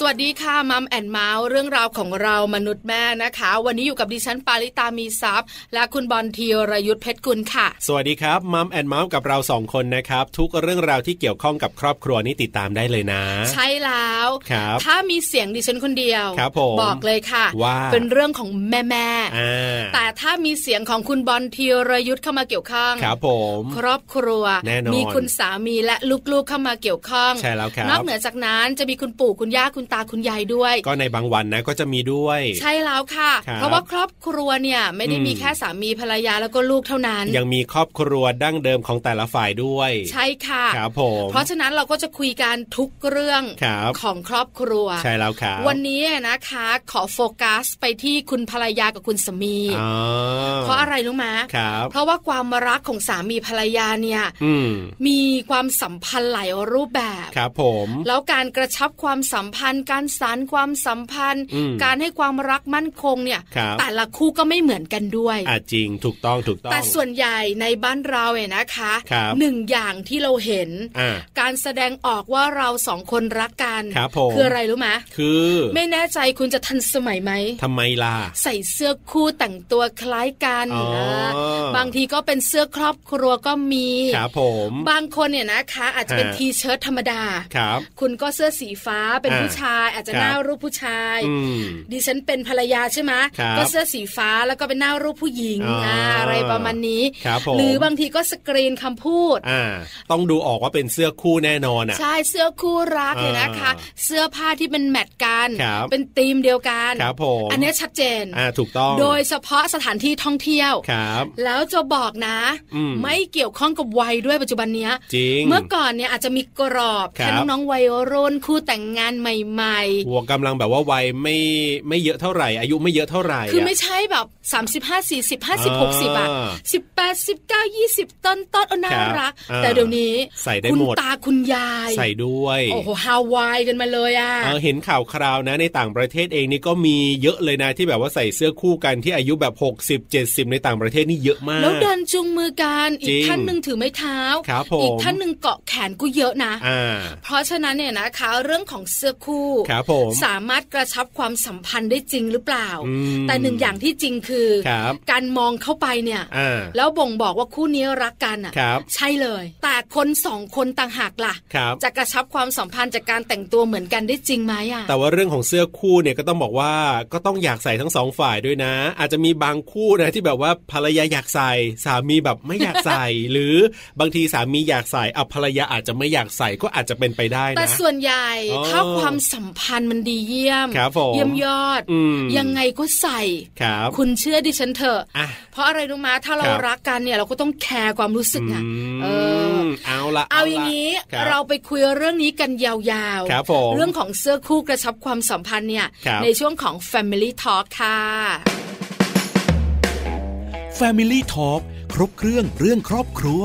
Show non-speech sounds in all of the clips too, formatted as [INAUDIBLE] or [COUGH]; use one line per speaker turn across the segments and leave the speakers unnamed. สวัสดีค่ะมัมแอนเมาส์เรื่องราวของเรามนุษย์แม่นะคะ วันนี้อยู่กับดิฉันปาริตามีซัพย์ และคุณบอลธีรยุทธเพชรกุลค่ะ
สวัสดีครับมัมแอนเมาส์กับเราสองคนนะครับ ทุกเรื่องราวที่เกี่ยวข้องกับครอบครัวนี่ติดตามได้เลยนะ
ใช่แล้ว
ครับ
ถ้ามีเสียงดิฉันคนเดียว
ครับผม
บอกเลยค่ะ
ว่า
เป็นเรื่องของแม่แม่ๆ
อ่า
แต่ถ้ามีเสียงของคุณบอลธีรยุทธเข้ามาเกี่ยวข้อง
ครับผม
ครอบครัว
แน่นอน
มีคุณสามีและลูกๆเข้ามาเกี่ยวข้อง
ใช่แล้วครั
นอบ กเหนือจากนั้นจะมีคุณปู่คุณย่าคุณตาคุณยายด้วย
ก็ในบางวันนะก็จะมีด้วย
ใช่แล้วค่ะ
ครับ
เพราะว่าครอบครัวเนี่ยไม่ได้
อืม
มีแค่สามีภรรยาแล้วก็ลูกเท่านั้น
ยังมีครอบครัวดั้งเดิมของแต่ละฝ่ายด้วย
ใช่ค่ะ
ครับผม
เพราะฉะนั้นเราก็จะคุยกันทุกเรื่อง
ครับ
ของครอบครัว
ใช่แล้วครับ
วันนี้นะคะ ขอโฟกัสไปที่คุณภรรยากับคุณสามี
อ๋อ
เพราะอะไรรู้ไหมย
ครับ
เพราะว่าความรักของสามีภรรยาเนี่ย
อืม
มีความสัมพันธ์หลายรูปแบบ
ครับผม
แล้วการกระชับความสัมพันธ์ การสานความสัมพันธ์
อืม
การให้ความรักมั่นคงเนี่ย
ครับ
แต่ละคู่ก็ไม่เหมือนกันด้วย
อ่ะจริงถูกต้องถูกต้อง
แต่ส่วนใหญ่ในบ้านเราเนี่ยนะคะ
ครับ
หนึ่งอย่างที่เราเห็น
อ่า
การแสดงออกว่าเราสองคนรักกัน
ครับผม
คืออะไรรู้ไหม
คือ
ไม่แน่ใจคุณจะทันสมัยไหม
ทำไมล่ะ
ใส่เสื้อคู่แต่งตัวคล้ายกัน
อ๋อ
นะบางทีก็เป็นเสื้อครอบครัวก็มี
ครับผม
บางคนเนี่ยนะคะ อาจจะเป็น
ฮะ
ทีเชิ้ตธรรมดา
ครับ
คุณก็เสื้อสีฟ้าเป็น
อ่า
ผู้ชาย อาจจะ
ครับ
หน้ารูปผู้ชาย
อืม
ดิฉันเป็นภรรยาใช่ไหม
ครับ
ก็เสื้อสีฟ้าแล้วก็เป็นหน้ารูปผู้หญิง
อ๋ออ่
าอะไรประมาณนี้
ครับผม
หรือบางทีก็สกรีนคำพูด
อ่า ต้องดูออกว่าเป็นเสื้อคู่แน่นอนอ่ะ
ใช่เสื้อคู่รัก
อ่า
เนี่ยนะคะ เสื้อผ้าที่เป็นแมทกัน
ครับ
เป็นธีมเดียวกัน
ครับผม
อันเนี้ยชัดเจน
อ่าถูกต้อง
โดยเฉพาะสถานที่ท่องเที่ยว
ครับ
แล้วจะบอกนะ
อืม
ไม่เกี่ยวข้องกับวัยด้วยปัจจุบันเนี้ย
จริง
เมื่อก่อนเนี่ยอาจจะมีกรอบ
ครับ
แค่น้องๆวัยรุ่นคู่แต่งงานใหม่
หัวกำลังแบบว่าวัยไม่ไม่เยอะเท่าไหร่ อายุไม่เยอะเท่าไหร่
ๆ คือไม่
ะ
ใช่แบบ 35 40 50
อ่า
60อะ18 19 20 ต้นต้นๆเอาน่า
ครับ
รัก
อ่า
แต่เดี๋ยวนี้
ใส่ได้
คุณ
หมด
ตาคุณยาย
ใส่ด้วย
โอ้โหฮาวายกันมาเลยอ่ะ
เออเห็นข่าวคราวนะ ในต่างประเทศเองนี่ก็มีเยอะเลยนะที่แบบว่าใส่เสื้อคู่กันที่อายุแบบ 60 70 ในต่างประเทศนี่เยอะมาก
แล้วเดินจูงมือกันอี
จริ
ก
ง
ท่านหนึ่งถือไม้เท้า
ครับผม
อีกท่านหนึ่งเกาะแขนก็เยอะนะ
อ่า
เพราะฉะนั้นเนี่ยนะคะเรื่องของเสื้อคู่
ครับผม
สามารถกระชับความสัมพันธ์ได้จริงหรือเปล่า
อืม
แต่หนึ่งอย่างที่จริงคือ
ครับ
การมองเข้าไปเนี่ย
อ่า
แล้วบ่งบอกว่าคู่นี้รักกันอ่ะ
ครับ
ใช่เลย แต่คนสองคนต่างหากล่ะ
ครับ
จะกระชับความสัมพันธ์จากการแต่งตัวเหมือนกันได้จริงไหมอ่ะ
แต่ว่าเรื่องของเสื้อคู่เนี่ยก็ต้องบอกว่าก็ต้องอยากใส่ทั้งสองฝ่ายด้วยนะ อาจจะมีบางคู่นะที่แบบว่าภรรยาอยากใส่สามีแบบไม่อยากใส่ [LAUGHS] หรือบางทีสามีอยากใส่อ่ะภรรยาอาจจะไม่อยากใส่ก็อาจจะเป็นไปได้
แต่
นะ
ส่วนใหญ่
อ๋อ
ถ้าความสัมพันธ์มันดีเยี่ยม
ครับผม
เยี่ยมยอด
อืม
ยังไงก็ใส่
ครับ
คุณเชื่อดิฉันเถอะ
อ่ะ
เพราะอะไรรู้มาถ้าเรา
ครับ
รักกันเนี่ยเราก็ต้องแคร์ความรู้สึกอ่ะเออ
มเอาละ
เอาอย่างนี้
นี้
เราไปคุยเรื่องนี้กันยาว
ครับผม
เรื่องของเสื้อคู่กระชับความสัมพันธ์เนี่ย
ครับ
ในช่วงของ Family Talk ค่ะ
Family Talk ครบเครื่องเรื่องครอบครัว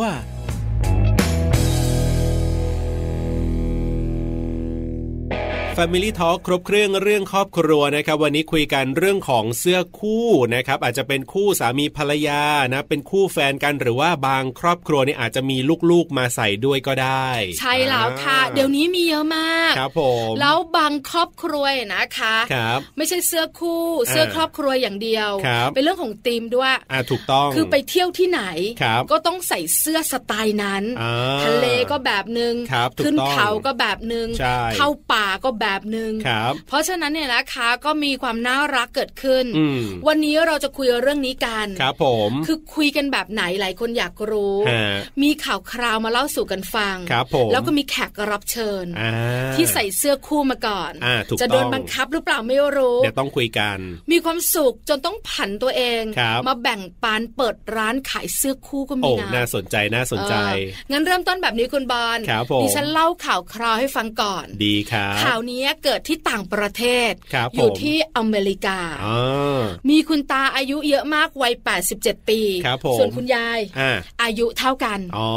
Family Talk ครบเครื่องเรื่องครอบครัวนะครับ วันนี้คุยกันเรื่องของเสื้อคู่นะครับ อาจจะเป็นคู่สามีภรรยานะ เป็นคู่แฟนกันหรือว่าบางครอบครัวเนี่ยอาจจะมีลูกๆมาใส่ด้วยก็ได้
ใช่แล้วค่ะ
อ่า
เดี๋ยวนี้มีเยอะมาก
ครับผม
แล้วบางครอบครัวเนี่ยนะคะ
ครับ
ไม่ใช่เสื้อคู่ เสื้อครอบครัวอย่างเดียว
ครับ
เป็นเรื่องของธีมด้วย
อ่าถูกต้อง
คือไปเที่ยวที่ไหน
ครับ
ก็ต้องใส่เสื้อสไตล์นั้น
อ่า
ทะเลก็แบบหนึง่ง
ครับถูก
ขึ้น
ต้อง
เขาก็แบบหนึง่ง
ใช่
เข้าป่าก็แบบหนึง่ง
ครับ
เพราะฉะนั้นเนี่ยนะคะก็มีความน่ารักเกิดขึ้น
อืม
วันนี้เราจะคุยเรื่องนี้กัน
ครับผม
คือคุยกันแบบไหนหลายคนอยากรู้
ฮะ
มีข่าวคราวมาเล่าสู่กันฟัง
ครับผม
แล้วก็มีแขกรับเชิญ
อ่า
ที่ใส่เสื้อคู่มาก่อน
อ่าถูก
จะโดน
ต้อง
บังคับหรือเปล่าไม่รู้
เดี๋ยวต้องคุยกัน
มีความสุขจนต้องผันตัวเอง
ครับ
มาแบ่งปันเปิดร้านขายเสื้อคู่ก็มี
โอ้
นะ
น่าสนใจน่าสนใจ
เอองั้นเริ่มต้นแบบนี้คุณบอล
ครับผม
ดิฉันเล่าข่าวคราวให้ฟังก่อน
ดีครับ
ข่าว นี้เกิดที่ต่างประเทศ
ครับผม
อยู่ที่อเมริกา
อ่า
มีคุณตาอายุเยอะมากวัย 87 ปี
ครับผม
ส่วนคุณยาย
อ่า
อายุเท่ากัน
อ๋อ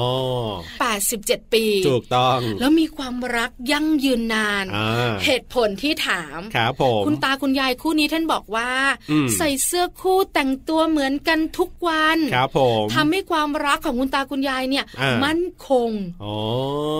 87 ปี
ถูกต้อง
แล้วมีความรักยั่งยืนนาน
อ่า
เหตุผลที่ถาม
ครับผม
คุณตาคุณยายคู่นี้ท่านบอกว่า
อืม
ใส่เสื้อคู่แต่งตัวเหมือนกันทุกวัน
ครับผม
ทำให้ความรักของคุณตาคุณยายเนี่ย
อ่ามั่
มั่นคง
อ๋อ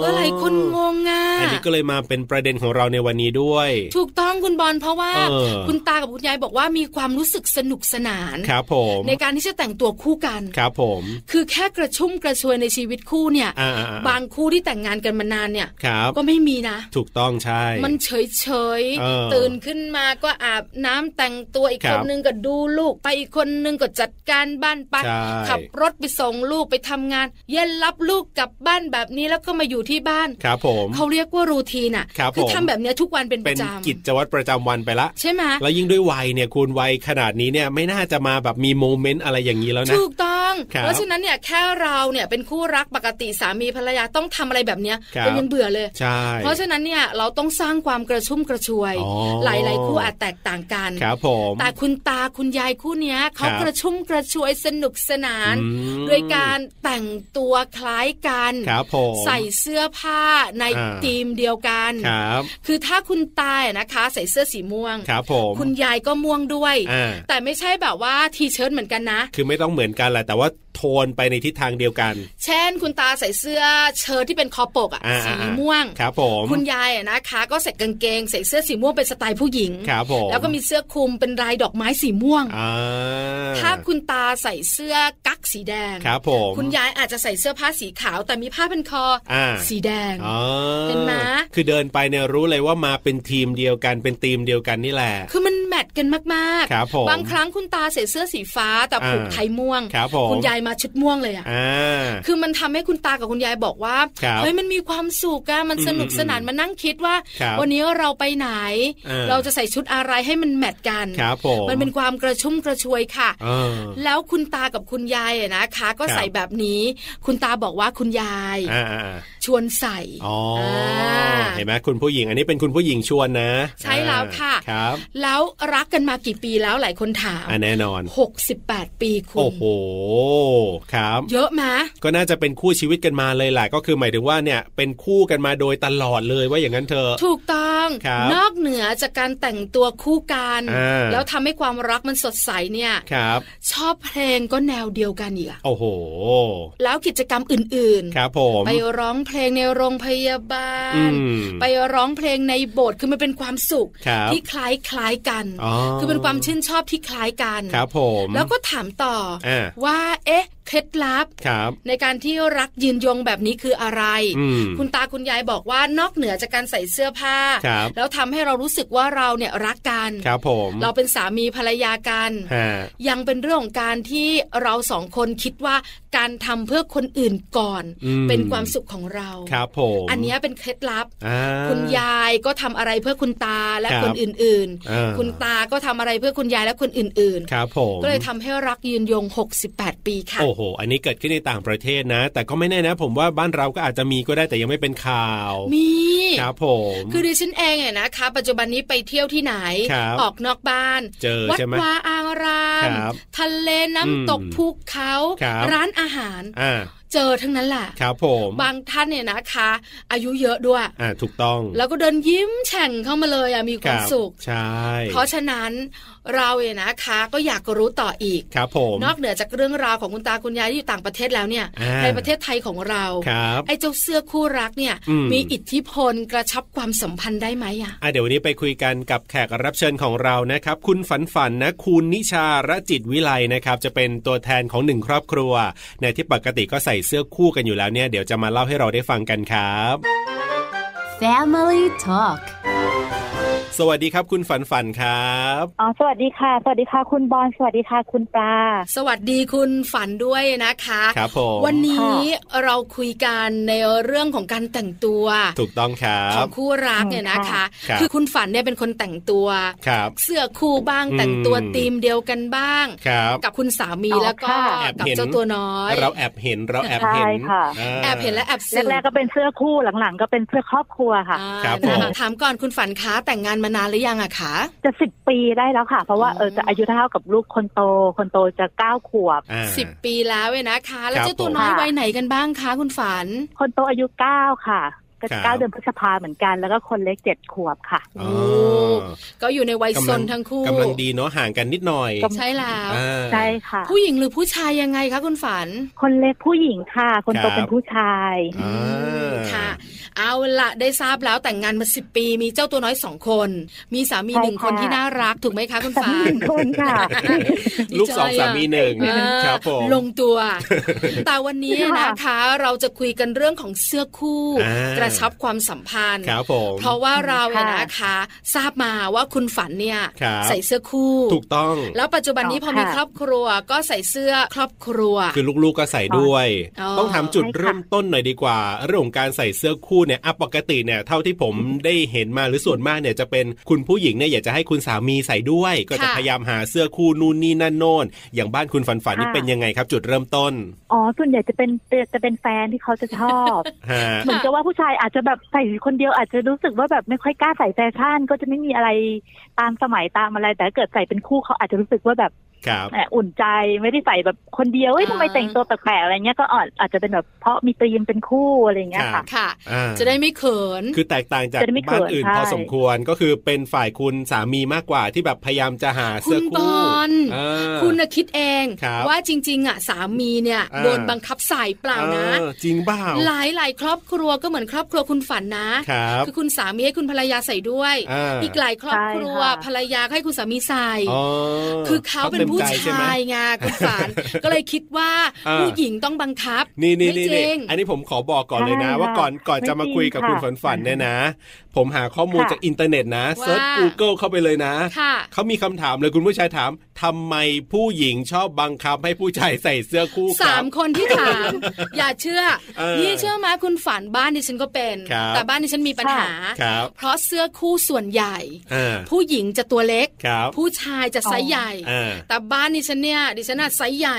ก็หลายคนงงอ่ะ
อันนี้ก็เลยมาเป็นประเด็นของเราในวันนี้ด้วย
ถูกต้องคุณบอลเพราะว่า
เออ
คุณตากับคุณยายบอกว่ามีความรู้สึกสนุกสนาน
ครับผม
ในการที่จะแต่งตัวคู่กัน
ครับผม
คือแค่กระชุ่มกระชวยในชีวิตคู่เนี่ย
อ่าอ่อ่
บางคู่ที่แต่งงานกันมานานเนี่ย
ครับ
ก็ไม่มีนะ
ถูกต้องใช่
มันเฉยเฉยๆ
เออ
ตื่นขึ้นมาก็อาบน้ำแต่งตัวอีก
ครั
ค
บ
นนึงก็ดูลูก ไปอีกคนนึงก็จัดการบ้านไป
ใช่
ขับรถไปส่งลูกไปทำงาน เย็นรับลูกกลับบ้านแบบนี้แล้วก็มาอยู่ที่บ้าน
ครับผม
เขาเรียกว่ารูทีนอ่ะ
ครับ
อ
ผม
ทำแบบเนี้ยทุกวันเป็นป
เป็น
ระจ
กิจวัตรประจำวันไปละ
ำใช่ไหม
แล้วยิ่งด้วยวัยเนี่ยคุณวัยขนาดนี้เนี่ยไม่น่าจะมาแบบมีโมเมนต์อะไรอย่างนี้แล้วนะ
ถูกต้อง
ครับ
เพราะฉะนั้นเนี่ยแค่เราเนี่ยเป็นคู่รักปกติสามีภรรยาต้องทำอะไรแบบเนี้ย
ครับ
ก็ยังเบื่อเลย
ใช่
เพราะฉะนั้นเนี่ยเราต้องสร้างความกระชุ่มกระชวย
อ๋อ
หลาย ๆ คู่อาจแตกต่างกัน
ครับผม
แต่คุณตาคุณยายคู่เนี้ยเขา
ครับ
กระชุ่มกระชวยสนุกสนาน
อืม
โดยการแต่งตัวคล้ายกัน
ครับผม
ใส่เสื้อผ้าใน
อ่า
ธีมเดียวกัน
ครับ
คือถ้าคุณตาอะนะคะ ใส่เสื้อสีม่วง
ครับผม
คุณยายก็ม่วงด้วย
อ่า
แต่ไม่ใช่แบบว่าทีเชิ้ตเหมือนกันนะ
คือไม่ต้องเหมือนกันแหละแต่ว่าโทนไปในทิศทางเดียวกัน
เช่น คุณตาใส่เสื้อเชิ้ตที่เป็นคอปกอะ
อ่า
สี
อ่าอ่า
ม่วง
ครับผม
คุณยายอะนะคะ ก็ใส่กางเกง ใส่เสื้อสีม่วงเป็นสไตล์ผู้หญิง
ครับผม
แล้วก็มีเสื้อคลุมเป็นลายดอกไม้สีม่วง
อ่า
ถ้าคุณตาใส่เสื้อกั๊กสีแดง
ครับผม
คุณยายอาจจะใส่เสื้อผ้าสีขาวแต่มีผ้าพันคออา สีแดง
อ๋อ
เห็นไหม
คือเดินไปเนี่ยรู้เลยว่ามาเป็นทีมเดียวกันเป็นทีมเดียวกันนี่แหละ
คือมันแมทกันมาก
ครับผม
บางครั้งคุณตาใส่เสื้อสีฟ้าแต่ผูก
อ่า
ไทยม่วง
ครับผม
ณยายมาชุดม่วงเลยอะ
อ่า
คือมันทำให้คุณตากับคุณยายบอกว่า
ครับ
เฮ้ยมันมีความสุขอะมันสนุก
อืมอืม
สนานมานั่งคิดว่า
ครับ
วันนี้เราไปไหน
อ่า
เราจะใส่ชุดอะไรให้มันแมทกัน
ครับผม
มันเป็นความกระชุ่มกระชวยค่ะ
เออ
แล้วคุณตากับคุณยายอะนะคะ ก็
ครับ
ใส่แบบนี้ คุณตาบอกว่าคุณยาย
อ่าอ่าอ่า
ชวนใส่
อ๋อ
อ่า
เห็นไหมคุณผู้หญิง อันนี้เป็นคุณผู้หญิงชวนนะ
ใช่แล้ว
อ่า
ค่ะ
ครับ
แล้วรักกันมากี่ปีแล้วหลายคนถาม
อ่าแน่นอน
68 ปีคุ
โอ้
ณ
โหครับ
เยอะนะ
ก็น่าจะเป็นคู่ชีวิตกันมาเลยแหละก็คือหมายถึงว่าเนี่ยเป็นคู่กันมาโดยตลอดเลยว่าอย่างนั้นเถอะ
ถูกต้อง
ครับ
นอกเหนือจากการแต่งตัวคู่กัน
อ่า
แล้วทำให้ความรักมันสดใสเนี่ย
ครับ
ชอบเพลงก็แนวเดียวกันอีกอะ
โอ้โห
แล้วกิจกรรมอื่น
ครับผม
ไปร้องเพลงในโรงพยาบา
อื
ล
ม
ไปร้องเพลงในโบสถ์คือมันเป็นความสุข
ครับ
ที่คล้ายคล้ายๆกัน
อ๋อ
คือเป็นความชื่นชอบที่คล้ายกัน
ครับผม
แล้วก็ถามต่ออา ว่าเอ๊ะเคล็ดลับ
ครับ
ในการที่รักยืนยงแบบนี้คืออะไร
อืม
คุณตาคุณยายบอกว่านอกเหนือจากการใส่เสื้อผ้า
ครับ
แล้วทำให้เรารู้สึกว่าเราเนี่ยรักกัน
ครับผม
เราเป็นสามีภรรยากัน
ฮะ
ยังเป็นเรื่องของการที่เราสองคนคิดว่าการทำเพื่อคนอื่นก่อน
อืม
เป็นความสุขของเรา
ครับผม
อันเนี้ยเป็นเคล็ดลับ
อ่า
คุณยายก็ทำอะไรเพื่อคุณตาและ
ครับ
คนอื่น
อ่า
คุณตาก็ทำอะไรเพื่อคุณยายและคนอื่นๆ
ครับผม
ก็เลยทำให้รักยืนยง 68 ปีค่ะ
โอ้โห อันนี้เกิดขึ้นในต่างประเทศนะ แต่ก็ไม่แน่นะ ผมว่าบ้านเราก็อาจจะมีก็ได้แต่ยังไม่เป็นข่าว
มี
ครับผม
คือดิฉันเองเนี่ยนะคะ ปัจจุบันนี้ไปเที่ยวที่ไหน
ครับ
ออกนอกบ้าน
เจอ
วัด
ใช่ไหม
วาอาราม
ครับ
ทะเลน้ำตก
อืม
ภูเขา
ครับ
ร้านอาหาร
อ่า
เจอทั้งนั้นแหละ
ครับผม
บางท่านเนี่ยนะคะ อายุเยอะด้วย
อ่าถูกต้อง
แล้วก็เดินยิ้มแฉ่งเข้ามาเลยอะมีความ
รับ
สุข
ใช่
เพราะฉะนั้นเราเนี่ยนะคะก็อยากรู้ต่ออีก
ครับผม
นอกเหนือจากเรื่องราวของคุณตาคุณยายที่อยู่ต่างประเทศแล้วเนี่ย
อ่า
ในประเทศไทยของเรา
ครับ
ไอ้เจ้าเสื้อคู่รักเนี่ย
อืม
มีอิทธิพลกระชับความสัมพันธ์ได้ไหมอะ
อ่ะเดี๋ยววันนี้ไปคุยกันกับแขกรับเชิญของเรานะครับ คุณฝันฝันนะคุณนิชาระจิตวิไลนะครับ จะเป็นตัวแทนของหนึ่งครอบครัวในที่ปกติก็ใส่เสื้อคู่กันอยู่แล้วเนี่ยเดี๋ยวจะมาเล่าให้เราได้ฟังกันครับ
Family Talk
สวัสดีครับคุณฝันฝันครับ
อ๋อสวัสดีค่ะ สวัสดีค่ะ คุณบอลสวัสดีค่ะ คุณปลา
สวัสดีคุณฝันด้วยนะคะ
ครับผม
วันนี้เราคุยกันในเรื่องของการแต่งตัว
ถูกต้องครั
ขอบ งคู่รักเนี่ยนะคะ
ครับ
คือคุณฝันเนี่ยเป็นคนแต่งตัว
ครับ
เสื้อคู่บ้าง
อืม
แต่งตัวธีมเดียวกันบ้าง
ครับ
กับคุณสามี
อ๋อ
แล้วก็
ค่ะ
แอบ
กับ
เห็น
เจ้าตัวน้อย
เราแอบเห็นเราแอบเห็น
ใช่ค่ะ
า
แอบเห็นและแอบสืบ
แรกๆก็เป็นเสื้อคู่หลังๆ ก็เป็นเสื้อครอบครัวค่ะ
อ่า
ครับ
นะ
ผ
คะ
ม
ถามก่อนคุณฝันคะแต่งงานมานานหรือยังอะคะ
จะสิบปีได้แล้วค่ะ เพราะว่า
อ๋อ
เออจะอายุเท่ากับลูกคนโต คนโตจะเก้าขวบ
อ่า
สิบปีแล้วเว้ยนะคะ แล้ว
ครับ
เจ้าตัวน้อย
ผม
วัยไหนกันบ้างคะคุณฝัน
คนโตอายุเก้าค่ะ ก็
ครับ
เก้าเดือนพฤษภาเหมือนกันแล้วก็คนเล็กเจ็ดขวบค่ะ
อ๋อ
ก็อยู่ในวัย
กำ
ซ
ลั
นทั้งคู่
กำลังดีเนาะห่างกันนิดหน่อย
กำลัง
ใช่แล้ว
อ่า
ใช่ค่ะ
ผู้หญิงหรือผู้ชายยังไงคะคุณฝัน
คนเล็กผู้หญิงค่ะ คน
ค
โต
รับ
เป็นผู้ชาย
อ่า
ค่ะ เอาละได้ทราบแล้วแต่งงานมาสิบปี มีเจ้าตัวน้อยสองคน มีสามี
ใช่
หนึ่งคน
ค่ะ
ที่น่ารักถูกไหมคะคุณฝั
สามี
น
หนึ่งคนค่ะ
[LAUGHS] ลูกสองสามีหนึ่ง
เออ
ครับผม
ลง
[LAUGHS]
ตัว แต่วันนี้
ค่ะ
นะคะ เราจะคุยกันเรื่องของเสื้อคู่
อ่าก ก
ระชับความสัมพันธ์
ครับผม
เพราะว่าเราเนี่ยนะคะ ทราบมาว่าคุณฝันเนี่ย
ครับ
ใส่เสื้อคู่
ถูกต้อง
แล้วปัจจุบันนี้พอมี
ค่ะ
ครอบครัวก็ใส่เสื้อครอบครัว
คือลูกๆก็ใส่ด้วย
อ๋อ
ต้องถามจุด
ใช่ค่ะ
เริ่มต้นหน่อยดีกว่า เรื่องของการใส่เสื้อคู่เนี่ยอ่ะปกติเนี่ยเท่าที่ผมได้เห็นมาหรือส่วนมากเนี่ยจะเป็นคุณผู้หญิงเนี่ยอยากจะให้คุณสามีใส่ด้วย ก็จะพยายามหาเสื้อคู่นู่นนี่นั่นโน่นอย่างบ้านคุณฝันฝันนี่เป็นยังไงครับ จุดเริ่มต้น
อ๋อส่วนใหญ่จะเป็นจะเป็นแฟนที่เขาจะชอบ
ฮะ
เหมือนกับว่าผู้ชายอาจจะแบบใส่คนเดียวอาจจะรู้สึกว่าแบบไม่ค่อยกล้าใส่แฟชั่น ก็จะไม่มีอะไรตามสมัยตามอะไร แต่ถ้าเกิดใส่เป็นคู่เขาอาจจะรู้สึกว่าแบบ
ครับ
แหมอุ่นใจไม่ได้ใส่แบบคนเดียวเอ้ย
อ่า
ทำไมแต่งตัวแปลกๆอะไรเงี้ยก็อาจอาจจะเป็นแบบเพราะมีตีมเป็นคู่อะไรเงี้ยค่ะ
ค่ะ
อ่า
จะได้ไม่เขิน
คือแตกต่างจาก
จะได้ไม่เขิน
บ้านอื่น
ใช่
พอสมควรก็คือเป็นฝ่ายคุณสามีมากกว่าที่แบบพยายามจะหาเสื้อ
คุณบ
คู่
อล
อ่า
คุณน่ะคิดเอง
ครับ
ว่าจริงๆอ่ะสามีเนี่ย
อ่า
โดนบังคับใส่เปล่านะ
เออจริงเปล่า
หลายหลายๆครอบครัวก็เหมือนครอบครัวคุณฝันนะครับ อคุณสามีให้คุณภรรยาใส่ด้วย
อ่า
อีกหลายครอบครัว
ใช่ค่ะ
ภรรยาก็ให้คุณสามีใส่
อ๋อ
คือเขาเป็น
ต็ม
ผู้
ใจใไห
ชาม ยไงคุณฝัน ก็เลยคิดว่า
อ่า
ผู้หญิงต้องบังคับ
นี่นี่
ไม่
นี่
จริ
นี่
ง
อันนี้ผมขอบอกก่อนเลยนะ
ใช่
ว่าก่อนก่อน
ไม่
จะมาคุยกับ
จริง
คุณ
ค่ะ
ฝันฝันเนี่ยนะ ผมหาข้อมูล
ค่ะ
จากอินเทอร์เน็ตนะ
ว่า
เซิร์ช Google เข้าไปเลยนะ
ค่ะ
เขามีคำถามเลยคุณผู้ชายถามทำไมผู้หญิงชอบบังคับให้ผู้ชายใส่เสื้อคู่ค
สา
รับ
มคนที่
[LAUGHS]
ถาม อย่าเชื่อ
เออ
นี่เชื่อไหมาคุณฝันบ้านดิฉันก็เป็น
ครับ
แต่บ้านดิฉันมีปัญหา
ครับ
เพราะเสื้อคู่ส่วนใหญ่
อ่า
ผู้หญิงจะตัวเล็ก
ครับ
ผู้ชายจะไซส์ใหญ่
อ่า
แต่บ้านดิฉันเนี่ยดิฉันอะไซส์
[LAUGHS]
ใหญ่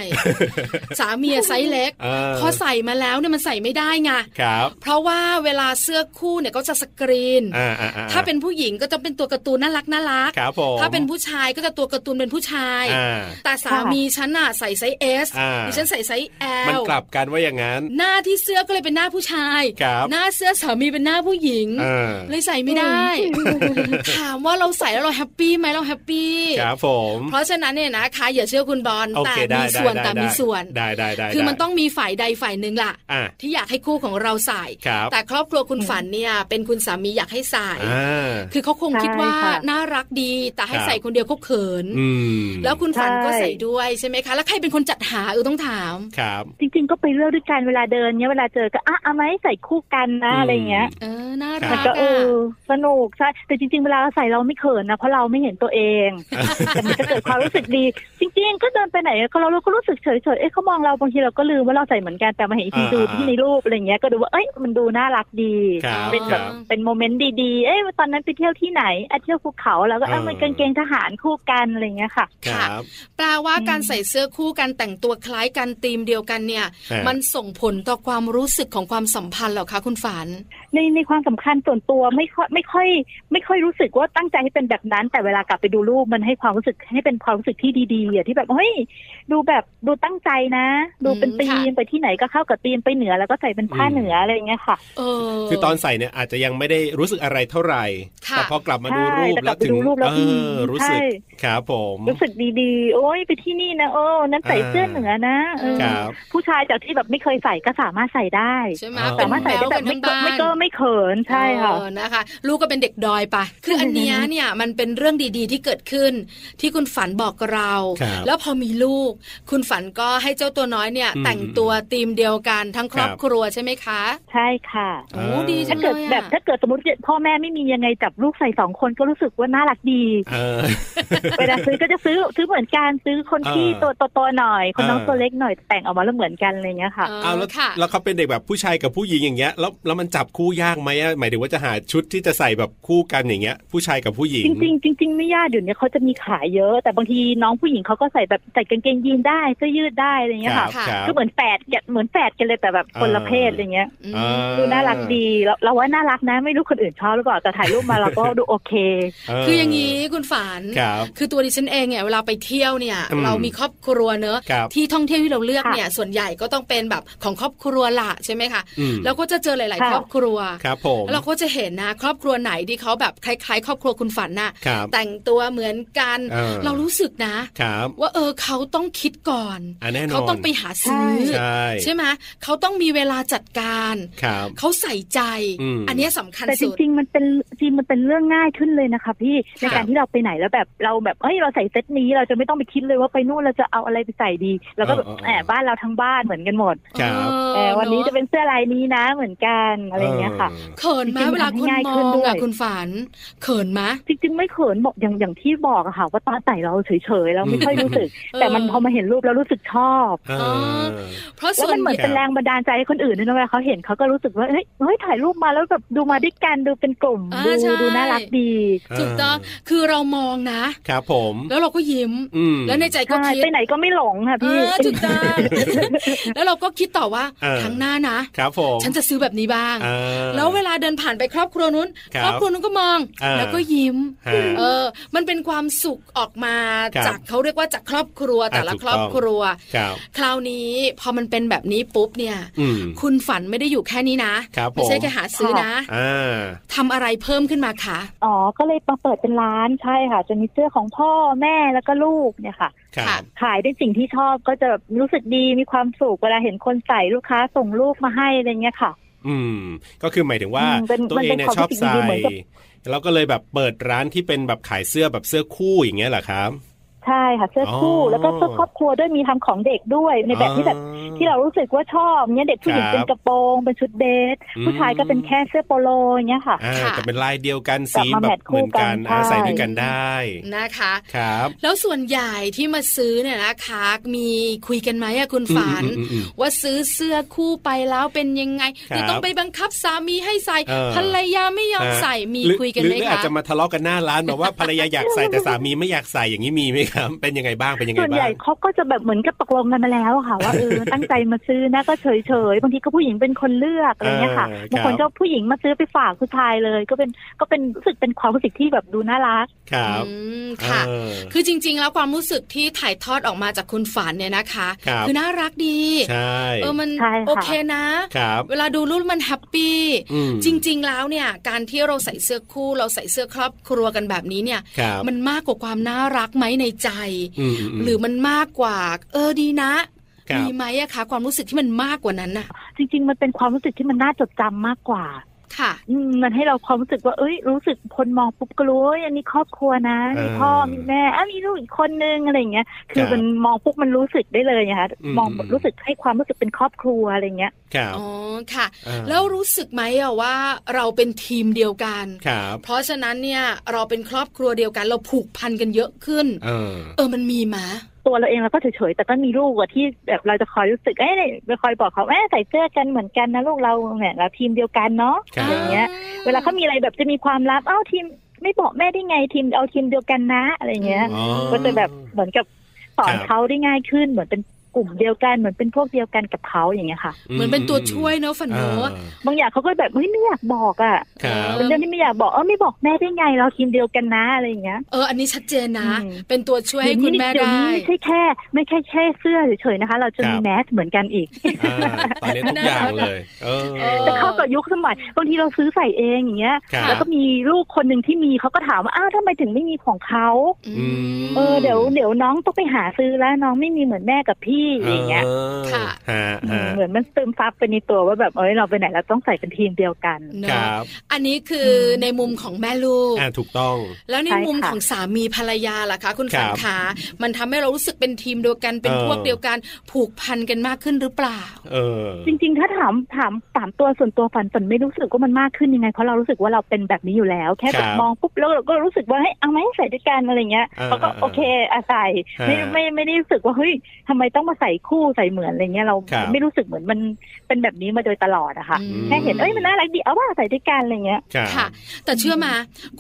สามีอะไซส์เล็ก
เออ
พอใส่มาแล้วเนี่ยมันใส่ไม่ได้ไง
ครับ
เพราะว่าเวลาเสื้อคู่เนี่ยก็จะสกรีน
อ่าอ่อ่
ถ้าเป็นผู้หญิงก็จะเป็นตัวการ์ตูนน่ารักน่ารัก
ครับผม
ถ้าเป็นผู้ชายก็จะตัวการ์ตูนเป็นผู้ชาย
อ่า
แต่สามีฉันน่ะใส่ไซส์เอส
อ่า
ดิฉันใส่ไซส์แอ
มัน
ล
กลับกันว่าอย่างนั้น
หน้าที่เสื้อก็เลยเป็นหน้าผู้ชาย
ครับ
หน้าเสื้อสามีเป็นหน้าผู้หญิง
อ่า
เลยใส่ไม่ได้ ถามว่าเราใส่แล้วเราแฮปปี้ไหมเราแฮปปี้
ครับผม
เพราะฉะนั้นเนี่ยนะคะอย่าเชื่อคุณบอล
โอ
แต่
เคได้
มี
ได้
ส่วน
ได้
แต่มีส่วน
ได้ได้ได้
คือ
ได้
มันต้องมีฝ่ายใดฝ่ายหนึ่งล่ะ
อ่ะ
ที่อยากให้คู่ของเราใส่
ครับ
แต่ครอบครัวคุณฝันเนี่ยเป็นคุณสามีอยากให้ใส่
อ่า
คือเขาคงคิดว่า
ใช่ค่ะ
น่ารักดี แต่ให้
ครับ
ใส่คนเดียวเขาเขิน
อืม
แล้วคุณฝันก็
ใช่
ใส่ด้วยใช่ไหมคะ แล้วใครเป็นคนจัดหาเออต้องถาม
ครับ
จริง ๆ ก็ไปเลือกด้วยกันเวลาเดินเนี้ยเวลาเจอก็อ่ะเอาไหมใส่คู่กันนะอะไรเงี้ย
เออน่า
ครั
รับ ก
ก็เอ
อ่ะ
อสนุกใช่แต่จริง ๆ เวลาเราใส่เราไม่เขินนะเพราะเราไม่เห็นตัวเอง แต่มันจะเกิดความรู้สึกดี จริง ๆ ก็เดินไปไหนก็เราก็รู้สึกเฉยๆเอ๊ะเขามองเราบางทีเราก็ลืมว่าเราใส่เหมือนกันแต่มาเห็นอีกที
อ่า
ดูที่ในรูปอะไรเงี้ยก็ดูว่าเอ้ยมันดูน่ารักดี
ครับ
เป็นแบบ
ครับ
เป็นโมเมนต์ดีๆ เอ้ยตอนนั้นไปเที่ยวที่ไหนอะเที่ยวภูเขาแล้วก็เอ้ย
เออ
มันกางเกงทหารคู่กันอะไรเงี้ยค่ะ
ครับ
แปลว่าการใส่เสื้อคู่กันแต่งตัวคล้ายกันธีมเดียวกันเนี่ย
ฮะ
มันส่งผลต่อความรู้สึกของความสัมพันธ์เหรอคะคุณฝัน
ในในความสำคัญส่วนตัวไม่ค่อยไม่ค่อย ไม่ค่อยรู้สึกว่าตั้งใจให้เป็นแบบนั้น แต่เวลากลับไปดูรูปมันให้ความรู้สึกให้เป็นความรู้สึกที่ดีๆอะที่แบบเฮ้ยดูแบบดูตั้งใจนะ ดูเป็น
อืม
ธี
ค่ะ
มไปที่ไหนก็เข้ากับธีมไปเหนือแล้วก็ใส่เป็นผ้าเหนืออะไรเงี้ยค่ะ
เออ
คือตอนใส่เนี่ยอาจจะยังไม่ได้รู้สึกอะไรเท่าไหร่
ค่ะ
แต่พอกลับมาดู
ใช่
รูป
แต่ก
แล้ว
ลับไป
ถึง
ดูรูปแล้ว
เอ
อืม
อรู้สึก
ใช่
ครับผม
รู้สึกดีๆ โอ้ยไปที่นี่นะโอ้นั้นใส่เสื้อเหนือนะเออ
ครับ
ผู้ชายจากที่แบบไม่เคยใส่ก็สามารถใส่ได้
ใช่ไหม
อ่า
เป็
สาน มารถ
แบ
ใส่ได้
ว
แบ
กับ น
ไม่
ทั้ง
ก็
บ้าน
ไม่ก็ไม่เขินใช่ค่ะ
เออนะคะ ลูกก็เป็นเด็กดอยไป คืออันเนี้ยเนี่ยมันเป็นเรื่องดีๆที่เกิดขึ้น ที่คุณฝันบอกกับเรา
ครับ
แล้วพอมีลูก คุณฝันก็ให้เจ้าตัวน้อยเนี่ย
อืม
แต่งตัวธีมเดียวกันทั้งครอบ
ครับ
ครัวใช่ไหมคะ
ใช่ค่ะ
โอ้
อ่า
ดีจั
ถ้าง
เล
เกิด
ย
แบบ
อะ
ถ้าเกิดสมมติพ่อแม่ไม่มียังไงจับลูกใส่สองคนก็รู้สึกว่าน่ารักดี
เออ
เวลาซื้อก็จะซื้อซื้อเหมือนกันซื้อคน
เออ
ที่ตัวโตๆหน่อย คนน้อง
เออ
ตัวเล็กหน่อยแต่งออกมาแล้วเหมือนกันอะไรเงี้ยค่ะ
เอาแล้ว
ค่ะ
แล้วเขาเป็นเด็กแบบผู้ชายกับผู้หญิงอย่างเงี้ยแล้วแล้วมันจับคู่ยากไหมอะหมายถึงว่าจะหาชุดที่จะใส่แบบคู่กันอย่างเงี้ย ผู้ชายกับผู้หญิง
จริงๆจริงๆไม่ยากเดี๋ยวนี้เขาจะมีขายเยอะ แต่บางทีน้องผู้หญิงเขาก็ใส่แบบใส่กางเกงยีนได้เสื้อยืดได้อะไรเงี้ย
ครั
ค่ะ
บ
ค่ะ
ครับ
ก็เหมือนแฝดกันเหมือนแฝดกันเลยแต่แบบคนละ
เออ
เพศอะไรเงี้ย
อืม
อ่
ดูน่ารักดีเราเราว่าน่ารักนะ ไม่รู้คนอื่นชอบหรือเปล่าแต่ถ่ายรูปมาเราก็ [LAUGHS] ดูโอเค
เ
คืออย่างนี้คุณฝัน
ครับ
คือตัวดิฉันเองเนี่ยเวลาไปเที่ยวเนี่ย
อืม
เรามีครอบครัวเนอะ
ครับ
ที่ท่องเที่ยวที่เราเลือก
ค่ะ
เนี่ยส่วนใหญ่ก็ต้องเป็นแบบของครอบครัวละใช่ไหมคะ
อืม
แล้วก็จะเจอหลาย ๆ
ค่ะ
ครอบครัว
ครับผม
เราก็จะเห็นนะ ครอบครัวไหนที่เขาแบบคล้าย ๆ ครอบครัวคุณฝันน่ะ
ครับ
แต่งตัวเหมือนกัน
เออ
เรารู้สึกนะ
ครับ
ว่าเออเขาต้องคิดก่อน
อ่ะแน่นอน
เขาต้องไปหาซื้อ
ใช่
ใช่ไหมเขาต้องมีเวลาจัดการ
ครับ
เขาใส่ใจ
อืม
อันเนี้ยสำคัญ
แต่จ
สุด
ริงๆมันเป็นจริงมันเป็นเรื่องง่ายขึ้นเลยนะคะพี่ใน
ค่ะ
การที่เราไปไหนแล้วแบบเราแบบเอ้ยเราใส่เซตนี้เราจะไม่ต้องไปคิดเลยว่าไปนู่นเราจะเอาอะไรไปใส่ดีแล้วก็แบบ
เออเออเออ
แอบบ้านเราทั้งบ้านเหมือนกันหมด
ครับ
เออ
เออวันนี้
อ
จะเป็นเสื้อลายนี้นะเหมือนกันอะไรอย่างเงี้ยค่ะ
เขินไหม
จริงๆ
เวลาคน
ง่าย
ม
ขึ้
อนง
ด้วย
อะคุณฝัน เขินไหม
จริงๆไม่เขินบอกอย่างอย่างที่บอกอะค่ะว่าตอนใส่เราเฉยๆเราไม่ค่อยรู้
[LAUGHS]
สึก
อืม
แต่มันพอมาเห็นรูปแล้วรู้สึกชอบ
เออ
เพราะ
แล้ว
ส่ว
มัน นเหมือน
ใหญ่
เป็นแรงบันดาลใจให้คนอื่นด้วยนะเวลาเขาเห็นเขาก็รู้สึกว่าเฮ้ยเฮ้ยถ่ายรูปมาแล้วแบบดูมาด้วยกันดูเป็นกลุ่ม
อ่า
ดู
ใช่
ดูน่ารักดี
ถูกต้องคือเรามองนะ
ครับผม
แล้วเราก็ยิ้ม
อืม
แล้วในใจก็
ใช่
คิด
ไปไหนก็ไม่หลงค่ะ
เอ
พี่
อถูกต้อง แล้วเราก็คิดต่อว่า
เออ
ครั้งหน้านะ
ครับผม
ฉันจะซื้อแบบนี้บ้าง
อ่า
แล้วเวลาเดินผ่านไปครอบครัวนู้น
ครับ
ครอบครัวนู้นก็มอง
เออ
แล้วก็ยิ้ม
ฮะ
เออ มันเป็นความสุขออกมา
ครับ
จากเขาเรียกว่าจากครอบครัว
อ่ะ
แต่ละ
ถูก
ครอบ
ต้อง
ครัว
ครับ
คราวนี้พอมันเป็นแบบนี้ปุ๊บเนี่ย
อืม
คุณฝันไม่ได้อยู่แค่นี้นะครับ
ผม
ไม่ใช่แค่หาซื้อนะ
อ่า
ทำอะไรเพิ่มขึ้นมาคะ
[LAUGHS] อ๋อ ก็เลยมาเปิดเป็นร้านใช่ค่ะ จะมีเสื้อของพ่อแม่แล้วก็ลูกเนี่ยค่ะ
ครับ
ขายด้วยสิ่งที่ชอบก็จะแบบรู้สึกดีมีความสุขเวลาเห็นคนใส่ลูกค้าส่งรูปมาให้อะไรเงี้ยค่ะ
อืม ก็คือหมายถึงว่า
อืมเป็น
ตัวเองเนี่ย
มันเป็น
ชอบ
ความ
ใส่
รู้สึกดีๆเหมือนกับ
แล้วก็เลยแบบเปิดร้านที่เป็นแบบขายเสื้อแบบเสื้อคู่อย่างเงี้ยเหรอครับ
ใช่ค่ะ เสื้ออ
อ
คู่แล้วก็เสื้อครอบครัวด้วยมีทำของเด็กด้วยในแบบที่แบบ
อ๋อ
ที่เรารู้สึกว่าชอบเนี่ยเด็กผู้หญิง
ครับ
เป็นกระโปรงเป็นชุดเดท
อืม
ผู้ชายก็เป็นแค่เสื้อโปโลอย่างเงี้ยค่ะ
อ่าแต่เป็นลายเดียวกันสี
กลับมา
แบ
แม
บ
ทช์
เห
คู่
มือนกัน
กัน
อ่า
ใช่
ใส่ด้วยกันได้
นะคะ
ครับ
แล้วส่วนใหญ่ที่มาซื้อเนี่ยนะคะมีคุยกันไหมอะคุณฝัน
อืมอืมอืมอืม
ว่าซื้อเสื้อคู่ไปแล้วเป็นยังไงหรือต้องไปบังคับสามีให้ใส่
เออ
ภรรยาไม่ยอมใส่มี
หรือ
คุยกัน
หรือ
ไหม
หรืออาจ
คะ
จะมาทะเลาะกันหน้าร้านแบบว่าภรรยาอยากใส่แต่สามีไม่อยากใส่อย่างนี้มีไหมครับ เป็นยังไงบ้างเป็นยังไง
ส่วนให
บ้า
ญ่
ง
เขาก็จะแบบเหมือนกับตกลงกันมาแล้วอะค่ะว่าเออ ตั้งใจมาซื้อนะก็เฉยเฉยๆบางทีก็ผู้หญิงเป็นคนเลือกอะไรเงี้ยค่ะ
เออครับ
บางคนก็ผู้หญิงมาซื้อไปฝากผู้ชายเลย ก็เป็นก็เป็นรู้สึกเป็นความรู้สึกที่แบบดูน่ารัก
ครับ
อืมค่ะ
เออ
คือจริง ๆ แล้วความรู้สึกที่ถ่ายทอดออกมาจากคุณฝันเนี่ยนะคะ
ครับ
อน่ารักดี
ใช่
เออมัน
ใช่ค่ะ
โอเคนะ
ครับ
เวลาดูรูปมันแฮปปี้
อืม
จริง ๆ แล้วเนี่ยการที่เราใส่เสื้อคู่เราใส่เสื้อครอบครัวกันแบบนี้เนี่ย
ครับ
มันมากกว่าความน่ารักไหมในใจ
อืมม
หรือมันมากกว่า เออดีนะครับ มีไหมอะคะความรู้สึกที่มันมากกว่านั้นน่ะ
จริง ๆ มันเป็นความรู้สึกที่มันน่าจดจำมากกว่า
ค่ะ
อืมมันให้เราความรู้สึกว่าเอ้ยรู้สึกคนมองปุ๊บก็รู้เอ้ยอันนี้ครอบครัวนะมีพ่อ
เออ
มีแม่อ่ะมีลูกอีกคนนึงอะไรเงี้ยคือ
ครับ
มันมองปุ๊บมันรู้สึกได้เลยนะคะ
อืม
มองรู้สึกให้ความรู้สึกเป็นครอบครัวอะไรเงี้ย
ครับ
อ๋อ ค่ะ
า
แล้วรู้สึกไหมอะว่าเราเป็นทีมเดียวกัน
ครับ
เพราะฉะนั้นเนี่ยเราเป็นครอบครัวเดียวกัน เราผูกพันกันเยอะขึ้น
เออ
เออ มันมีไหมะ
ตัวเราเองเราก็เฉยๆ แต่ก็มีลูกอะที่แบบเราจะคอยรู้สึก เอ้ยเราคอยบอกเขาแม่ใส่เสื้อกันเหมือนกันนะลูกเราเนี่ยเราทีมเดียวกันเนาะ
ครับ
อะไรเงี้ย เวลาเขามีอะไรแบบจะมีความลับ เอ้าทีมไม่บอกแม่ได้ไงทีมเอาทีมเดียวกันนะอะไรเงี้ย
อ๋อ
ก็จะแบบเหมือนกับสอน
ครับ
เขาได้ง่ายขึ้น เหมือนเป็นกลุ่มเดียวกัน เหมือนเป็นพวกเดียวกันกับเขาอย่างเงี้ยค่ะ
เหมือนเป็นตัวช่วยเนอะฝัน
อ่า
โนอะ
บางอย่างเขาก็แบบเฮ้ยไม่อยากบอกอะ
ครับ
เป็นเรื่องที่ไม่อยากบอก เออไม่บอกแม่ได้ไง เราทีมเดียวกันนะอะไรอย่างเงี้ย
เออ อันนี้ชัดเจนนะ
อืม
เป็นตัวช่วยให้คุณแม่
เดี๋ยว
ได้
นี้ไม่ใช่แค่ ไม่ใช่แค่เสื้อเฉยๆนะคะ เราจะมี
ครับ
แมสเหมือนกันอีก
อ่าตอนนี้ทุกอย่างเลย เออ
จะเข้ากับยุคสมัยบางทีเราซื้อใส่เองอย่างเงี้ย
ครับ
แล้วก็มีลูกคนหนึ่งที่มีเขาก็ถามว่าอ้าวทำไมถึงไม่มีของเขา
อื
อืม
ม
เออเดี๋ยวเดี๋ยวน้องต้องไปหาซื้อแล้วน้องไม่มีเหมือนแม่กับพี่ ที่อย่างเงี้ย
ค่ะ
ฮะ
อื
ฮะ
มเหมือนมันซึมซับไปในตัวว่าแบบเอ้ยเราไปไหนเราต้องใส่เป็นทีมเดียวกัน
เน
ค
อะ
รับ
อันนี้คือในมุมของแม่ลูก
อ่าถูกต้อง
แล้วใน
ใช่
มุม
ค่ะ
ของสามีภรรยาล่ะคะ คุณ
ค
ฝั
รับ
นขามันทำให้เรารู้สึกเป็นทีมเดียวกันเป็น
เออ
พวกเดียวกันผูกพันกันมากขึ้นหรือเปล่า
เออ
จริงๆ ถ้าถามถามถามตัวส่วนตัวฝันฝันไม่รู้สึกว่ามันมากขึ้นยังไง เพราะเรารู้สึกว่าเราเป็นแบบนี้อยู่แล้ว แค่
ค
แบ
รั
บบ มองปุ๊บแล้วเราก็รู้สึกว่าเฮ้ยเอาไหมใส่ด้วยกันอะไรเงี้ย
อ่า
เราก็
อ่า
โอเคอาใส่ไม่
อ่า
ไม่ไม่ได้รู้สึกว่าเฮ้ยทำไมต้องมาใส่คู่ใส่เหมือนอะไรเงี้ยเรา
ครับ
ไม่รู้สึกเหมือนมันเป็นแบบนี้มาโดยตลอดอะค่ะ
อืม
แค่เห็นเอ้ยมันน่ารักดีเอาว่าใส่ด้วยกันอะไรเงี้ย
รับ
ค่ะ แต่เชื่อมา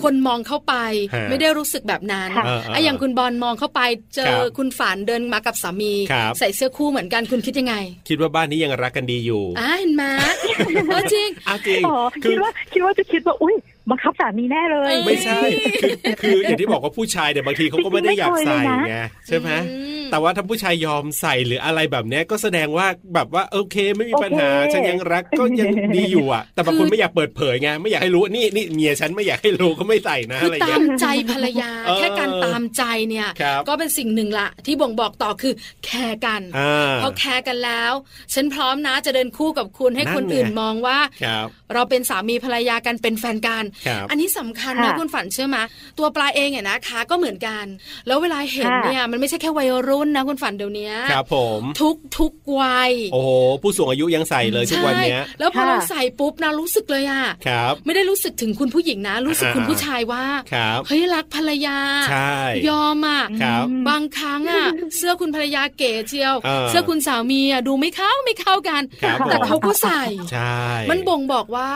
คนมองเข้าไป
ฮะ
ไม่ได้รู้สึกแบบนั้น
ค่ะ
เออเออ
ไอ้อย่างคุณบอลมองเข้าไปเจอ
ครับ
คุณฝันเดินมากับสามี
ครับ
ใส่เสื้อคู่เหมือนกันคุณคิดยังไง
คิดว่าบ้านนี้ยังรักกันดีอยู่
อ่าเห็นไหมเออจริง
อ่ะจริง
อ๋อ
คื
คิ
อ
ดว่าคิดว่าจะคิดว่าอุ้ยบังคับสามีแน่เลย
ไม่ใช่คือคืออย่างที่บอกว่าผู้ชายเนี่ยบางทีเขาก็ไม่ได้อยากใส่
จริงๆไม่เคยเลยนะ
ไงใช่ไหม
อืม
แต่ว่าถ้าผู้ชายยอมใส่หรืออะไรแบบเนี้ยก็แสดงว่าแบบว่าโอเคไม่มีปัญหา
โอเค
ฉันยังรักก็ยังดีอยู่
[LAUGHS]
อ่ะ แต่บางคนไม่อยากเปิดเผยไงไม่อยากให้รู้นี่นี่เมียฉันไม่อยากให้รู้ก็ไม่ใส่นะ
คือ
อะไร
ตา
เงี้ย
มใจภรรยา
เออ
แค่การตามใจเนี่ย
ครับ
ก็เป็นสิ่งหนึ่งละที่บ่งบอกต่อคือแคร์กัน
อ่า
พอแคร์กันแล้ว ฉันพร้อมนะจะเดินคู่กับคุณให้
นั่น
คนอื่น
ไง
มองว่า
ครับ
เราเป็นสามีภรรยากันเป็นแฟนกัน
ครับ
อันนี้สำคัญนะ
ค่ะ
คุณฝันเชื่อไหมตัวปลาเองเนี่ยนะคะก็เหมือนกัน แล้วเวลาเห็น
ค่ะ
เนี่ยมันไม่ใช่แค่วัยรุ่นนะคุณฝันเดี๋ยวนี้
ครับผม
ทุกทุกวัย
โอ้โหผู้สูงอายุยังใส่เลยทุกวันเนี้ย
ใช่แล้วพอ
ค่ะ
เราใส่ปุ๊บนะรู้สึกเลยอะ
ครับ
ไม่ได้รู้สึกถึงคุณผู้หญิงนะ รู้สึก
อ่า
คุณผู้ชายว่า
ครับ
เฮ้ยรักภรรยา
ใช่
ยอมอ่ะ
ครับ
บางครั้งอ่ะ เสื้อคุณภรรยาเก๋เจียว
เออ
เสื้อคุณสามีอ่ะดูไม่เข้าไม่เข้ากัน
ครับ
แต่
ผม
เขาก็ใส่
ใช่
มันบ่งบอกว่า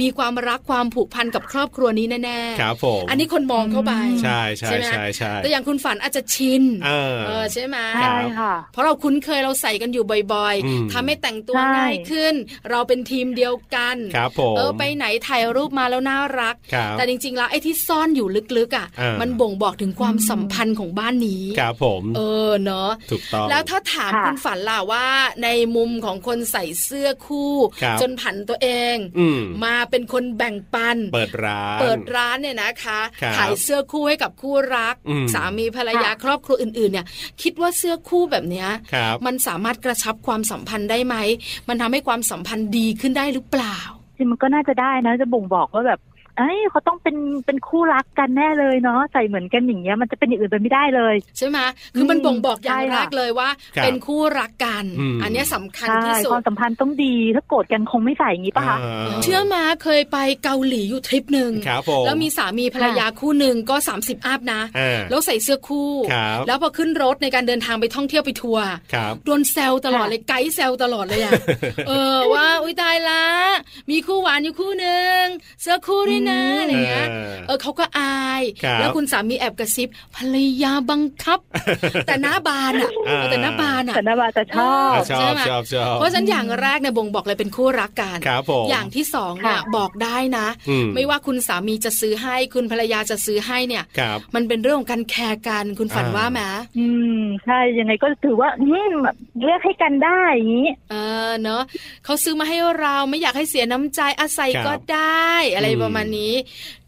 มีความรักความผูกพันกับครอบครัวนี้แน่
ครับผม
อันนี้คนมองเข้าไป
ใช่ใช่
ไหม
ใช่ใช่
แต่อย่างคุณฝันอาจจะชิน
เออ
เออใช่ไหม
ครั
ใช่
บ
ค่ะ
เพราะเราคุ้นเคยเราใส่กันอยู่บ่อย
อืม
ๆทำให้แต่งตัว
ใช่
ง่ายขึ้น เราเป็นทีมเดียวกัน
ครับผม
เออไปไหนถ่ายรูปมาแล้วน่ารัก
ครับ
แต่จริงๆ แล้วไอ้ที่ซ่อนอยู่ลึกๆอ่ะ
เออ
มันบ่งบอกถึงความสัมพันธ์ของบ้านนี้
ครับผม
เออเนาะ
ถูกต้อง
แล้วถ้าถาม
ค่ะ
คุณฝันล่ะว่า ในมุมของคนใส่เสื้อคู่
ครับ
จนผันตัวเอง
อืม
มาเป็นคนแบ่งปัน
เปิดร้าน
เปิดร้านเนี่ยนะคะ
ครับ
ขายเสื้อคู่ให้กับคู่รัก
อืม
สามีภรรยาครอบครัวอื่นๆ เนี่ย คิดว่าเสื้อคู่แบบเนี้ย
ครับ
มันสามารถกระชับความสัมพันธ์ได้ไหมมันทำให้ความสัมพันธ์ดีขึ้นได้หรือเปล่า
จริงมันก็น่าจะได้นะจะบ่งบอกว่าแบบเอ้ยเขาต้องเป็นเป็นคู่รักกันแน่เลยเนาะใส่เหมือนกันอย่างเงี้ยมันจะเป็นอย่างอื่นไปไม่ได้เลย
ใช่ไหมคือมัน
อืม
บ่งบอกอย่าง
ใช่ค่ะ
แรกเลยว่า
ครับ
เป็นคู่รักกัน
อืม
อันเนี้ยสำคัญ
ใช่
ที่สุ
ควา
ด
มสัมพันธ์ต้องดีถ้าโกรธกันคงไม่ใส่อย่างนี้ปะคะ
เชื่อมาเคยไปเกาหลีอยู่ทริปหนึ่ง
ครับผม
แล้วมีสามีภรรยาคู่หนึ่งก็ 30อัพนะ
อ่า
แล้วใส่เสื้อคู่
ครับ
แล้วพอขึ้นรถในการเดินทางไปท่องเที่ยวไปทัวร์
ครับ
โดนแซวตลอดเลยไกด์แซวตลอด
[LAUGHS]
เลยอะ เออว่าอุ้ยตายละ มีคู่หวานอยู่คู่หนึ่งเสื้อคู่ด้วยนะ
อืม
อะไรเงี้ยเออเขาก็อาย
ครับ
แล้วคุณสามีแอบกระซิบภรรยาบังคับ
[LAUGHS]
แต่หน้าบานอะ
อ่า
เออแต่หน้าบานอะ
แต่นาบาจะชอบ
ชอบ
ใช่ไหม
ชอบชอบ
เพราะฉะนั้นอย่างแรกเนี่ยบ่งบอกเลยเป็นคู่รักกัน
ครับผม
อย่างที่สองเนี่ย
ค่ะ
บอกได้นะ
อืม
ไม่ว่าคุณสามีจะซื้อให้คุณภรรยาจะซื้อให้เนี่ย
ครับ
มันเป็นเรื่องของการแคร์กันคุณฝัน
อ่า
ว่าไหม
อืมใช่ยังไงก็ถือว่าอืมแบบเลือกให้กันได้อย่างนี้
เออเนาะเขาซื้อมาให้เราไม่อยากให้เสียน้ำใจอาศัย
ครับ
ก็ได้ อะไร
อืม
ประมาณนี้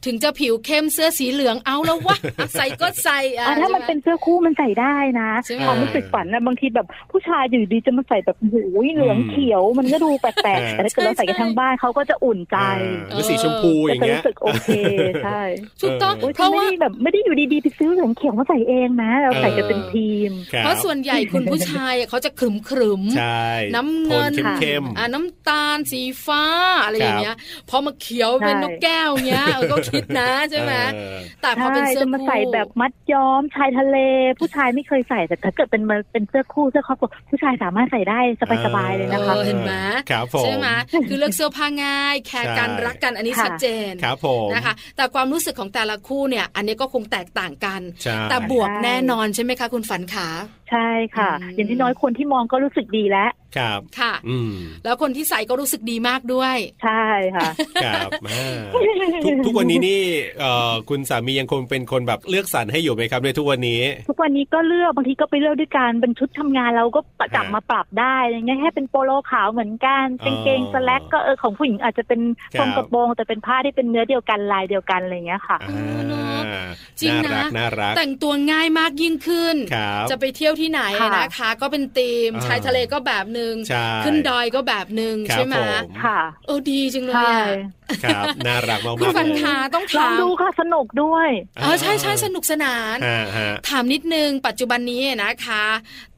ถึงจะผิวเข้มเสื้อสีเหลืองเอาแล้ว
[LAUGHS]
วะ อาศัยก็ใส่อ่ะ
อ่ะถ้ามัน
ใช่ไห
เป็นเสื้อคู่มันใส่ได้นะ
ใช่ไหม
ความรู้สึกฝันนะบางทีแบบผู้ชายอยู่ดีจะมาใส่แบบโอ้ยเหลือง
อืม
เขียว มันก็ดูแปลก
เออ
ๆแต่ถ้าเกิดเราใส่กันทั้งบ้านเขาก็จะอุ่นใจ
เออหรือสีชมพูอย่าง
ก็จะ
เงี้ย
รู้สึกโอเคใช่
ถูกต้อง
โอ้ย
เพราะว่า
ไม่ได้แบบไม่ได้อยู่ดีๆไปซื้อเหลืองเขียวมาใส่เองนะ เราใส่กันเป็น
เออ
ทีม
คบ
เพราะส่วน
[LAUGHS]
ใหญ่คุณผู้ชายเขาจะขรึมขรึมๆ
ใช่
น้ำเงิน
โทเข้มๆ
อ่ะน้ำตาลสีฟ้าอะไรอย่างเงี้ยพอมาเขียว
ใช่
เป็นนกแก้วเงี้ยเออก็คิดนะใช่ไหม
เออ
แต่พอเป็น
ใช่
เสื้อ
จะมา
คู่
ใส่แบบมัดย้อมชายทะเล ผู้ชายไม่เคยใส่แต่ถ้าเกิดเป็นมันเป็นเสื้อคู่เสื้อครอบครัวผู้ชายสามารถใส่ได้สบายๆเลย
เอ
นะคะ
อเห็นไหม
ครับผม
ใช่ไหมคือเลือกเสื้อผ้าง่าย แคร์กัน
ใช่
รักกันอันนี้
ค่ะ
ชัดเจน
ครับผม
นะคะ แต่ความรู้สึกของแต่ละคู่เนี่ย อันนี้ก็คงแตกต่างกัน
ใช่
แต่บวกแน่นอนใช่ไหมคะ คุณฝันขา
ใช่ค่ะ
อืม
อย่างที่น้อยคนที่มองก็รู้สึกดีแล้ว
ครับ
ค่ะ
อืม
แล้วคนที่ใส่ก็รู้สึกดีมากด้วย
ใช่ค่ะ
[LAUGHS]
ครับอ่าทุกทุกวันนี้นี่เอ่อคุณสามียังคงเป็นคนแบบเลือกสรรให้อยู่ไหมครับในทุกวันนี้
[LAUGHS] ทุกวันนี้ก็เลือกบางทีก็ไปเลือกด้วยกันเป็นชุดทำงานเราก็ปะจับ
ฮะ
มาปรับได้อะไรเงี้ยแค่เป็นโปโลขาวเหมือนกัน
อ๋อก
างเกงสแล็กก็เออของผู้หญิงอาจจะเป็น
ค
ท
รับ
รงกระโปรงแต่เป็นผ้าที่เป็นเนื้อเดียวกันลายเดียวกันอะไรเงี้ยค่ะ
เออเนอะ
อ่า
จริงนะ
น่ารักน่ารัก
แต่งตัวง่ายมากยิ่งขึ้น
ครับ
จะไปเที่ยว ที่ไหน
ค่ะ
นะคะ ก็เป็นธีม
อ่า
ชายทะเลก็แบบหนึ่ง
ใช่
ขึ้นดอยก็แบบหนึ่ง
ครับ
ใช่ไหม
ผม
ค่ะ
โอ้ดีจังเลย
ใช่
อะ
ครับน่ารักมากๆ
คุณฟัน
เลย
คาต้อง
ลอ
ถาง ม
ดูค่ะสนุกด้วย
เออใช่ใช่สนุกสนาน
ฮะฮะ
ถามนิดนึงปัจจุบันนี้นะคะ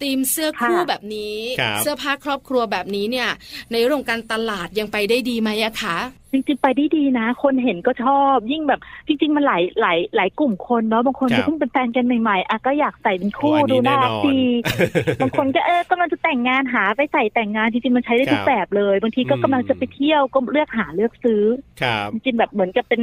ตีมเสื้อคู่
ค่ะ
แบบนี้
ครับ
เสื้อผ้าครอบครัวแบบนี้เนี่ย ในเรื่องการตลาดยังไปได้ดีไหมอะคะ
จริงๆไปได้ดีนะ คนเห็นก็ชอบยิ่งแบบ จริง ๆ มันหลายหลายหลายกลุ่มคนเนาะบางคน
ครั
ก็
บ
เพิ่งเป็นแฟนกันใหม่ๆอ่ะก็อยากใส่เป็นคู่
โอ้อั
ดูน่ารั
อก น
ดี บางคนก็เออกำลังจะแต่งงานหาไปใส่แต่งงานจริงๆมันใช้ได้ทุ
ค
ก
รับ
แบบเลย บางทีก็
อืม
กำลังจะไปเที่ยวก็เลือกหาเลือกซื้อ
ครับ
จริงๆแบบเหมือนกับเป็น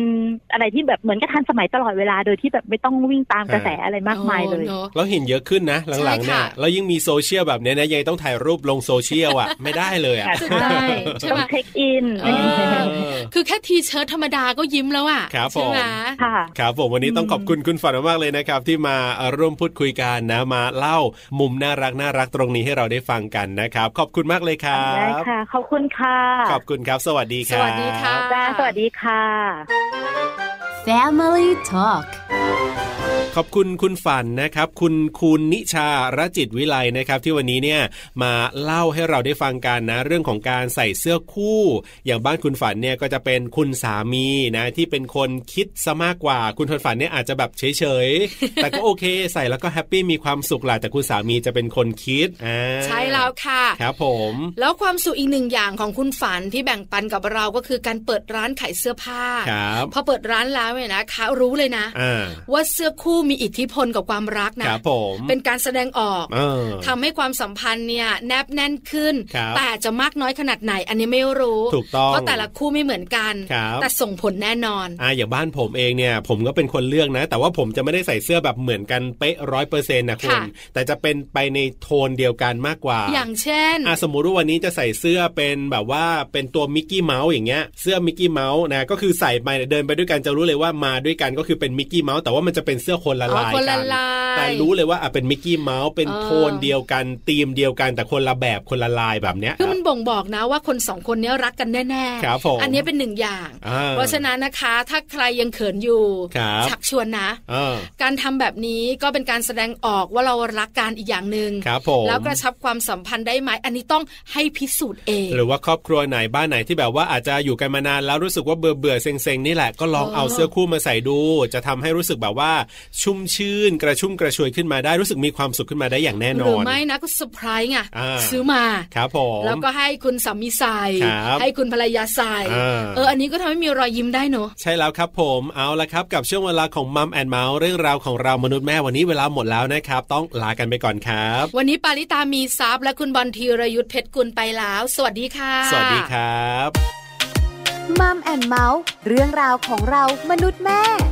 อะไรที่แบบเหมือนกับทันสมัยตลอดเวลาโดยที่แบบไม่ต้องวิ่งตามกระแสอะไรมากมายเลย
โอ้นอะ
เราเห็นเยอะขึ้นนะ หลังๆ
ใช่
เนี่ย
ค่ะ
แล้วยิ่งมีโซเชียลแบบเนี้ยนะยังต้องถ่ายรูปลงโซเชียลอ่ะ [LAUGHS] ไม่ได้เลยอ่ะ
ใช่
ใช่ใช่
ต้อ
ไหม
งเช็คอิน
เอ
เออ
คือแค่ทีเชิ้ตธรรมดาก็ยิ้มแล้วอะ
ครับผม
ใช่ไหม
ค่ะ
ครับผมวันนี้ต้องขอบคุณคุณฝันมากๆเลยนะครับ ที่มาร่วมพูดคุยกันนะมาเล่ามุมน่ารักน่ารักตรงนี้ให้เราได้ฟังกันนะครับ ขอบคุณมากเลยครั
ได้
บ
ค่ะ ขอบคุณค่ะ
ขอบคุณครับ สวัสดี
ส
ครับ
วัสดีค่ะ
จ้าสวัสดีค่ะ
Family Talk
ขอบคุณคุณฝันนะครับ คุณคุณนิชาระจิตวิไลนะครับ ที่วันนี้เนี่ยมาเล่าให้เราได้ฟังกันนะ เรื่องของการใส่เสื้อคู่ อย่างบ้านคุณฝันเนี่ยก็จะเป็นคุณสามีนะที่เป็นคนคิดซะมากกว่า คุณคนฝันเนี่ยอาจจะแบบเฉย
[LAUGHS]
ๆ แต่ก็โอเค ใส่แล้วก็แฮปปี้มีความสุขแหละแต่คุณสามีจะเป็นคนคิดอ่า
ใช่แล้วค่ะ
ครับผม
แล้วความสุขอีกหนึ่งอย่างของคุณฝันที่แบ่งปันกับเราก็คือการเปิดร้านขายเสื้อผ้า
ครับ
พอเปิดร้านแล้วเนี่ยนะคะรู้เลยนะ
อ่า
ว่าเสื้อคู่มีอิทธิพลกับความรัก
ค
นะ
รับผม
เป็นการแสดงออก
เออ
ทำให้ความสัมพันธ์เนี่ยแนบแน่นขึ้น
ครับ
แต่จะมากน้อยขนาดไหนอันนี้ไม่รู้
ถูกต้อง
เพราะแต่ละคู่ไม่เหมือนกัน
ครับ
แต่ส่งผลแน่นอน
อ่าอย่างบ้านผมเองเนี่ยผมก็เป็นคนเลือกนะ แต่ว่าผมจะไม่ได้ใส่เสื้อแบบเหมือนกันเป๊ะร้อยเปอร์เซ็นต์นะคุณ
ค่ะ
แต่จะเป็นไปในโทนเดียวกันมากกว่า
อย่างเช่น
อ่ะสมมุติว่าวันนี้จะใส่เสื้อเป็นแบบว่าเป็นตัวมิกกี้เมาส์อย่างเงี้ยเสื้อมิกกี้เมาส์นะก็คือใส่ไปเนี่ยเดินไปด้วยกันจะรู้เลยว่ามาด้วยกันก็คือเป็นมิกกี้เมาส์แต่ว่ามันจะเป็นเสื้อคนละ
อ๋อ
ลาย
คน
กั
ละ
น
ลาย
แต่รู้เลยว่าอ่ะเป็นมิกกี้เมาส์เป็น
เออ
โทนเดียวกันธีมเดียวกันแต่คนละแบบคนละลายแบบเนี้ย
คือมันบ่งบอกนะว่าคนสองคนเนี้ยรักกันแน่
ครับผม
อันเนี้ยเป็นหนึ่งอย่าง
อ่
เพราะฉะนั้นนะคะถ้าใครยังเขินอยู่
ครับ
ชักชวนนะ
เออ
การทำแบบนี้ก็เป็นการแสดงออกว่าเรารักกันอีกอย่างหนึ่ง
ครับผม
แล้วกระชับความสัมพันธ์ได้ไหมอันนี้ต้องให้พิสูจน์เอง
หรือว่าครอบครัวไหนบ้านไหนที่แบบว่าอาจจะอยู่กันมานานแล้วรู้สึกว่าเบื่อเบื่อๆเซ็งๆนี่แหละก็ลอง
เออ
เอาเสื้อคู่มาใส่ดู จะทำให้รู้สึกแบบว่าชุ่มชื่น กระชุ่มกระชวยขึ้นมาได้รู้สึกมีความสุขขึ้นมาได้อย่างแน่น
หรือ
อน
ไม่นะก็เซอร์ไพรส์ไง
อ่า
ซื้อมา
ครับผม
แล้วก็ให้คุณสามีใส่
ครับ
ให้คุณภรรยาใส่
อ่า
เอออันนี้ก็ทำให้มีรอยยิ้มได้เนอะ
ใช่แล้วครับผมเอาละครับกับช่วงเวลาของมัมแอนเมาส์เรื่องราวของเรามนุษย์แม่วันนี้เวลาหมดแล้วนะครับ ต้องลากันไปก่อนครับ
วันนี้ปาริตามีซัพ์และคุณบอลธีรยุทธเพชรกุลไปแล้ว สวัสดีค่ะ
สวัสดีครับ
มัมแอนเมาส์เรื่องราวของเรามนุษย์แม่